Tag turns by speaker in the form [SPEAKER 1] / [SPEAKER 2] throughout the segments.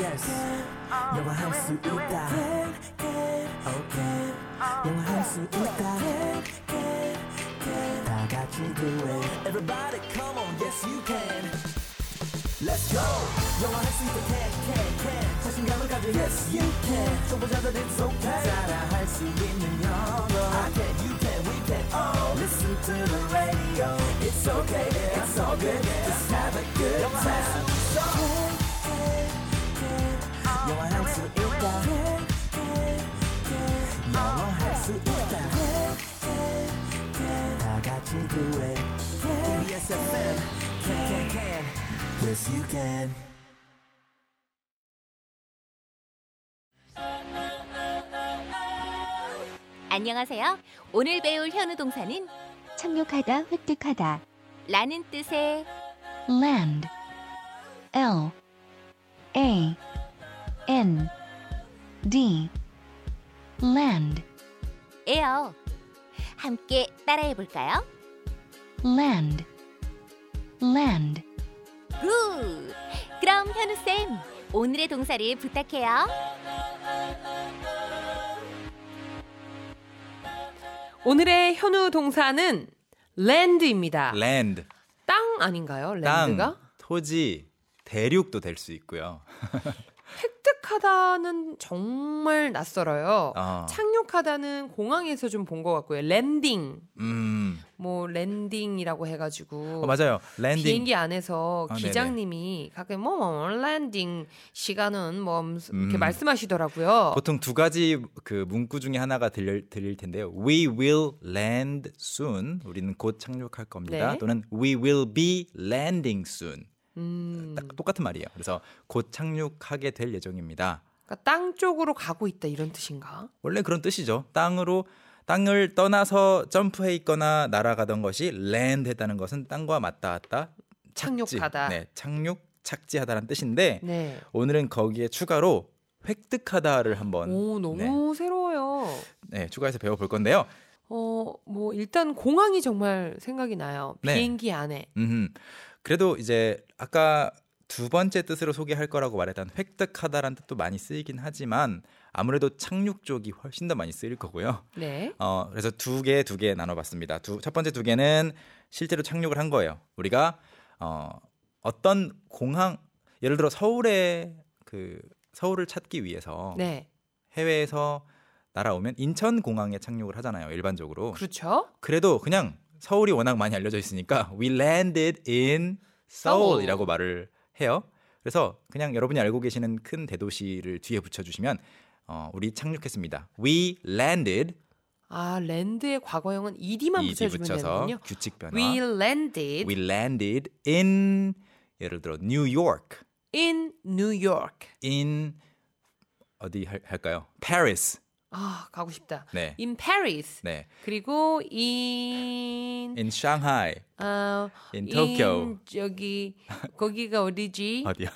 [SPEAKER 1] yes 영화할 수 있다 okay 영화할 수 있다 다 같이 do it everybody come on yes you can Let's go 영화할 수 있다 can can can 자신감을 가져 yes you can 초보자들 it's okay 따라할 수 있는 영어 I can you can we can all listen to the radio it's okay yeah, it's all good just have a good time 영화할 수 있다 영화할 수 있다 다 같이 do it KBS FM can can can yes you can
[SPEAKER 2] 안녕하세요. 오늘 배울 현우 동사는
[SPEAKER 3] 착륙하다, 획득하다.
[SPEAKER 2] 라는 뜻의
[SPEAKER 3] land L A N D land
[SPEAKER 2] 에요. 함께 따라해 볼까요?
[SPEAKER 3] land land
[SPEAKER 2] 굿! 그럼 현우쌤, 오늘의 동사를 부탁해요.
[SPEAKER 4] 오늘의 현우 동사는 land입니다.
[SPEAKER 5] land
[SPEAKER 4] 땅 아닌가요?
[SPEAKER 5] 네. 땅
[SPEAKER 4] land가?
[SPEAKER 5] 토지 대륙도 될 수 있고요.
[SPEAKER 4] 획득하다는 정말 낯설어요.
[SPEAKER 5] 아.
[SPEAKER 4] 착륙하다는 공항에서 좀 본 것 같고요. 랜딩.
[SPEAKER 5] 음
[SPEAKER 4] 뭐 랜딩이라고 해가지고
[SPEAKER 5] 어, 맞아요. 랜딩
[SPEAKER 4] 비행기 안에서
[SPEAKER 5] 아,
[SPEAKER 4] 기장님이 가끔 뭐, 뭐 랜딩 시간은 뭐 하면서 이렇게
[SPEAKER 5] 음.
[SPEAKER 4] 말씀하시더라고요.
[SPEAKER 5] 보통 두 가지 그 문구 중에 하나가 들릴, 들릴 텐데요. We will land soon. 우리는 곧 착륙할 겁니다.
[SPEAKER 4] 네.
[SPEAKER 5] 또는 we will be landing soon.
[SPEAKER 4] 음,
[SPEAKER 5] 딱 똑같은 말이에요. 그래서 곧 착륙하게 될 예정입니다.
[SPEAKER 4] 그러니까 땅 쪽으로 가고 있다 이런 뜻인가?
[SPEAKER 5] 원래 그런 뜻이죠. 땅으로 땅을 떠나서 점프해 있거나 날아가던 것이 land 했다는 것은 땅과 맞닿았다. 착지.
[SPEAKER 4] 착륙하다.
[SPEAKER 5] 네, 착륙, 착지하다라는 뜻인데
[SPEAKER 4] 네.
[SPEAKER 5] 오늘은 거기에 추가로 획득하다를 한번
[SPEAKER 4] 오 너무 새로워요.
[SPEAKER 5] 네, 네, 추가해서 배워볼 건데요.
[SPEAKER 4] 어, 뭐 일단 공항이 정말 생각이 나요.
[SPEAKER 5] 네.
[SPEAKER 4] 비행기 안에.
[SPEAKER 5] 음. 그래도 이제 아까 두 번째 뜻으로 소개할 거라고 말했던 획득하다라는 뜻도 많이 쓰이긴 하지만 아무래도 착륙 쪽이 훨씬 더 많이 쓰일 거고요.
[SPEAKER 4] 네.
[SPEAKER 5] 어, 그래서 두 개 두 개 나눠봤습니다. 두, 첫 번째 두 개는 실제로 착륙을 한 거예요. 우리가 어, 어떤 공항, 예를 들어 서울에 그 서울을 찾기 위해서
[SPEAKER 4] 네.
[SPEAKER 5] 해외에서 날아오면 인천 공항에 착륙을 하잖아요. 일반적으로.
[SPEAKER 4] 그렇죠?
[SPEAKER 5] 그래도 그냥 서울이 워낙 많이 알려져 있으니까 we landed in
[SPEAKER 4] 서울.
[SPEAKER 5] Seoul이라고 말을 해요. 그래서 그냥 여러분이 알고 계시는 큰 대도시를 뒤에 붙여주시면 어, 우리 착륙했습니다. We landed
[SPEAKER 4] 아, 랜드의 과거형은 ed만
[SPEAKER 5] 이지
[SPEAKER 4] 붙여주면
[SPEAKER 5] 붙여서
[SPEAKER 4] 되는군요.
[SPEAKER 5] 규칙 변화.
[SPEAKER 4] We landed
[SPEAKER 5] We landed in 예를 들어 뉴욕,
[SPEAKER 4] in New York.
[SPEAKER 5] in 어디 할, 할까요? Paris.
[SPEAKER 4] 아, 가고 싶다.
[SPEAKER 5] 네.
[SPEAKER 4] In Paris.
[SPEAKER 5] 네.
[SPEAKER 4] 그리고 in
[SPEAKER 5] in Shanghai.
[SPEAKER 4] 어,
[SPEAKER 5] in Tokyo. 아.
[SPEAKER 4] 저기 거기가 어디지?
[SPEAKER 5] 어디요?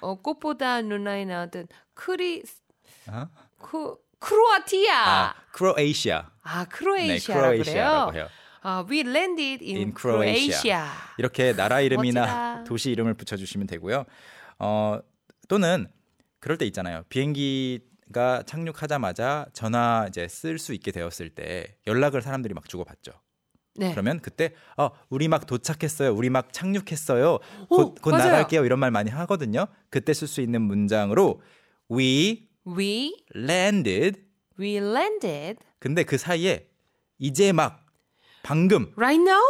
[SPEAKER 4] 어, 꽃보다 누나에 나왔던 크리
[SPEAKER 5] 어?
[SPEAKER 4] 크 크로아티아.
[SPEAKER 5] 아, 크로에이시아.
[SPEAKER 4] 아,
[SPEAKER 5] 네,
[SPEAKER 4] 크로에이시아라
[SPEAKER 5] 크로에이시아라고
[SPEAKER 4] 그래요.
[SPEAKER 5] 해요.
[SPEAKER 4] 아, we landed in,
[SPEAKER 5] In Croatia.
[SPEAKER 4] Croatia.
[SPEAKER 5] 이렇게 나라 이름이나
[SPEAKER 4] 멋지다.
[SPEAKER 5] 도시 이름을 붙여주시면 되고요. 어, 또는 그럴 때 있잖아요. 비행기가 착륙하자마자 전화 이제 쓸 수 있게 되었을 때 연락을 사람들이 막 주고 받죠.
[SPEAKER 4] 네.
[SPEAKER 5] 그러면 그때 어, 우리 막 도착했어요. 우리 막 착륙했어요.
[SPEAKER 4] 오,
[SPEAKER 5] 곧, 곧
[SPEAKER 4] 맞아요.
[SPEAKER 5] 나갈게요. 이런 말 많이 하거든요. 그때 쓸 수 있는 문장으로 we
[SPEAKER 4] we
[SPEAKER 5] landed.
[SPEAKER 4] we landed
[SPEAKER 5] 근데 그 사이에 이제 막 방금
[SPEAKER 4] right now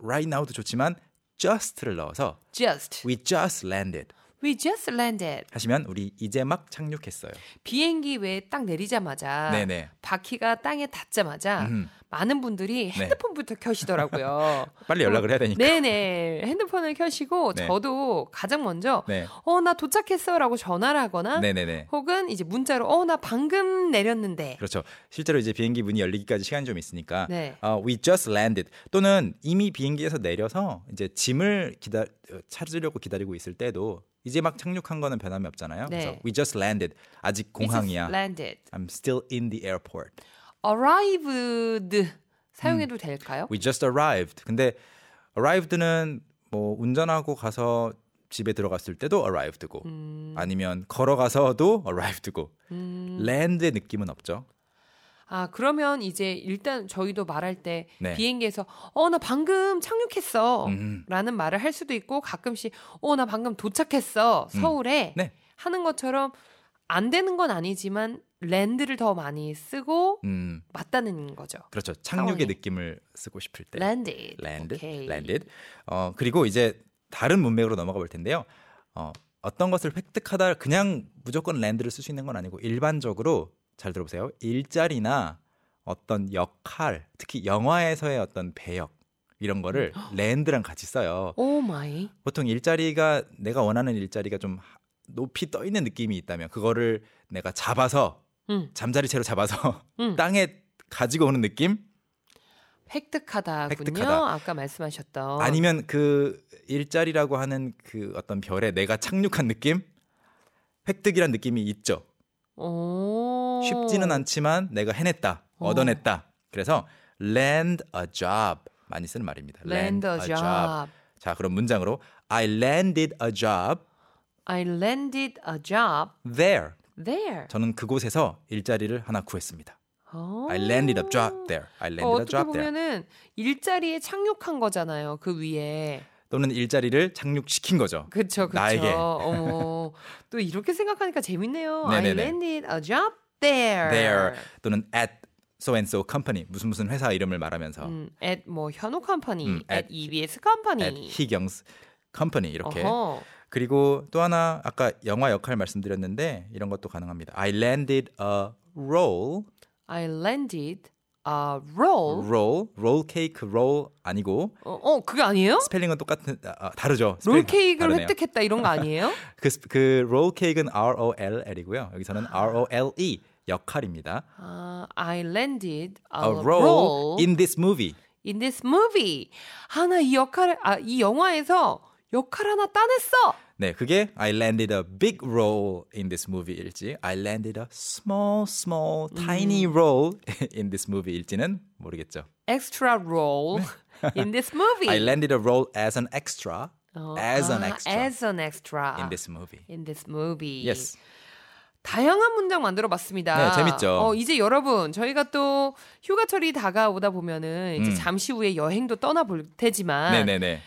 [SPEAKER 5] right now도 좋지만 just를 넣어서
[SPEAKER 4] just
[SPEAKER 5] we just landed
[SPEAKER 4] we just landed.
[SPEAKER 5] 하시면 우리 이제 막 착륙했어요.
[SPEAKER 4] 비행기 외에 딱 내리자마자
[SPEAKER 5] 네네.
[SPEAKER 4] 바퀴가 땅에 닿자마자
[SPEAKER 5] 음.
[SPEAKER 4] 많은 분들이 핸드폰부터 켜시더라고요.
[SPEAKER 5] 빨리 연락을 해야 되니까.
[SPEAKER 4] 네네. 핸드폰을 켜시고
[SPEAKER 5] 그러니까. 네.
[SPEAKER 4] 저도 가장 먼저
[SPEAKER 5] 네.
[SPEAKER 4] 어 나 도착했어라고 전화를 하거나
[SPEAKER 5] 네네네.
[SPEAKER 4] 혹은 이제 문자로 어 나 방금 내렸는데
[SPEAKER 5] 그렇죠. 실제로 이제 비행기 문이 열리기까지 시간이 좀 있으니까
[SPEAKER 4] 네.
[SPEAKER 5] 어, we just landed 또는 이미 비행기에서 내려서 이제 짐을 기다 어, 찾으려고 기다리고 있을 때도 이제 막 착륙한 거는 변함이 없잖아요.
[SPEAKER 4] 네.
[SPEAKER 5] 그래서 we just landed 아직
[SPEAKER 4] we just
[SPEAKER 5] 공항이야.
[SPEAKER 4] landed.
[SPEAKER 5] I'm still in the airport.
[SPEAKER 4] arrived
[SPEAKER 5] 음.
[SPEAKER 4] 사용해도 될까요?
[SPEAKER 5] We just arrived. 근데 arrived는 뭐 운전하고 가서 집에 들어갔을 때도 arrived고
[SPEAKER 4] 음.
[SPEAKER 5] 아니면 걸어가서도 arrived고
[SPEAKER 4] 음.
[SPEAKER 5] land의 느낌은 없죠.
[SPEAKER 4] 아 그러면 이제 일단 저희도 말할 때
[SPEAKER 5] 네.
[SPEAKER 4] 비행기에서 어 나 방금 착륙했어
[SPEAKER 5] 음.
[SPEAKER 4] 라는 말을 할 수도 있고 가끔씩 어 나 방금 도착했어 서울에
[SPEAKER 5] 네.
[SPEAKER 4] 하는 것처럼 안 되는 건 아니지만 랜드를 더 많이 쓰고
[SPEAKER 5] 음,
[SPEAKER 4] 맞다는 거죠.
[SPEAKER 5] 그렇죠. 착륙의
[SPEAKER 4] 상황에.
[SPEAKER 5] 느낌을 쓰고 싶을 때
[SPEAKER 4] landed.
[SPEAKER 5] 네. landed,
[SPEAKER 4] 오케이.
[SPEAKER 5] landed. 어 그리고 이제 다른 문맥으로 넘어가 볼 텐데요. 어 어떤 것을 획득하다 그냥 무조건 land를 쓸 수 있는 건 아니고 일반적으로 잘 들어보세요. 일자리나 어떤 역할, 특히 영화에서의 어떤 배역 이런 거를
[SPEAKER 4] 음.
[SPEAKER 5] land랑 같이 써요.
[SPEAKER 4] 오 마이.
[SPEAKER 5] 보통 일자리가 내가 원하는 일자리가 좀 하- 높이 떠 있는 느낌이 있다면 그거를 내가 잡아서
[SPEAKER 4] 음.
[SPEAKER 5] 잠자리 채로 잡아서
[SPEAKER 4] 음.
[SPEAKER 5] 땅에 가지고 오는 느낌?
[SPEAKER 4] 획득하다군요.
[SPEAKER 5] 획득하다.
[SPEAKER 4] 아까 말씀하셨던
[SPEAKER 5] 아니면 그 일자리라고 하는 그 어떤 별에 내가 착륙한 느낌? 획득이란 느낌이 있죠.
[SPEAKER 4] 오.
[SPEAKER 5] 쉽지는 않지만 내가 해냈다,
[SPEAKER 4] 어.
[SPEAKER 5] 얻어냈다. 그래서 land a job 많이 쓰는 말입니다.
[SPEAKER 4] land a job.
[SPEAKER 5] 자, 그럼 문장으로 I landed a job
[SPEAKER 4] I landed a job
[SPEAKER 5] there.
[SPEAKER 4] there.
[SPEAKER 5] 저는 그곳에서 일자리를 하나 구했습니다.
[SPEAKER 4] 어.
[SPEAKER 5] I landed a job there. I
[SPEAKER 4] 어,
[SPEAKER 5] landed a
[SPEAKER 4] 어떻게
[SPEAKER 5] job there.
[SPEAKER 4] 보면은 일자리에 착륙한 거잖아요. 그 위에.
[SPEAKER 5] 또는 일자리를 착륙시킨 거죠.
[SPEAKER 4] 그쵸, 그쵸.
[SPEAKER 5] 나에게.
[SPEAKER 4] 어머. 또 이렇게 생각하니까 재밌네요. I
[SPEAKER 5] 네네네.
[SPEAKER 4] landed a job there.
[SPEAKER 5] there 또는 at so and so company 무슨 무슨 회사 이름을 말하면서
[SPEAKER 4] 음, at 뭐 현우 컴퍼니,
[SPEAKER 5] 음,
[SPEAKER 4] at,
[SPEAKER 5] at
[SPEAKER 4] EBS 컴퍼니.
[SPEAKER 5] at 희경's company 이렇게
[SPEAKER 4] 어허.
[SPEAKER 5] 그리고 또 하나 아까 영화 역할 말씀드렸는데 이런 것도 가능합니다. I landed a roll,
[SPEAKER 4] I landed a roll.
[SPEAKER 5] roll, roll cake, roll 아니고
[SPEAKER 4] 어, 어, 그게 아니에요?
[SPEAKER 5] 스펠링은 똑같은 아, 아, 다르죠. 스펠링
[SPEAKER 4] 롤 케이크를
[SPEAKER 5] 다르네요.
[SPEAKER 4] 획득했다 이런 거 아니에요?
[SPEAKER 5] 그, 스- 그 roll cake은 R O L L이고요. 여기서는 R O L E 역할입니다.
[SPEAKER 4] 아, I landed a,
[SPEAKER 5] A
[SPEAKER 4] roll,
[SPEAKER 5] role
[SPEAKER 4] in,
[SPEAKER 5] in this movie.
[SPEAKER 4] this movie. 하나 이 역할 아, 이 영화에서 역할 하나 따냈어.
[SPEAKER 5] 네, 그게 I landed a big role in this movie일지 I landed a small small
[SPEAKER 4] 음.
[SPEAKER 5] tiny role in this movie일지는 모르겠죠.
[SPEAKER 4] Extra role in this movie.
[SPEAKER 5] I landed a role as an extra
[SPEAKER 4] 예. 어,
[SPEAKER 5] as an
[SPEAKER 4] 아,
[SPEAKER 5] extra
[SPEAKER 4] as 아. an extra
[SPEAKER 5] in this movie.
[SPEAKER 4] in this movie.
[SPEAKER 5] Yes.
[SPEAKER 4] 다양한 문장 만들어 봤습니다.
[SPEAKER 5] 네, 재밌죠?
[SPEAKER 4] 어, 이제 여러분, 저희가 또 휴가철이 다가오다 보면은 이제
[SPEAKER 5] 음.
[SPEAKER 4] 잠시 후에 여행도 떠나볼 테지만
[SPEAKER 5] 네, 네, 네.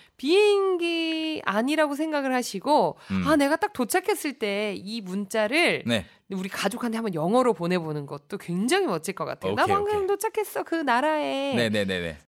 [SPEAKER 4] 비행기 아니라고 생각을 하시고
[SPEAKER 5] 음.
[SPEAKER 4] 아, 내가 딱 도착했을 때 이 문자를
[SPEAKER 5] 네.
[SPEAKER 4] 우리 가족한테 한번 영어로 보내보는 것도 굉장히 멋질 것 같아요. 나
[SPEAKER 5] 오케이,
[SPEAKER 4] 방금
[SPEAKER 5] 오케이.
[SPEAKER 4] 도착했어 그 나라에
[SPEAKER 5] 네, 네, 네, 네.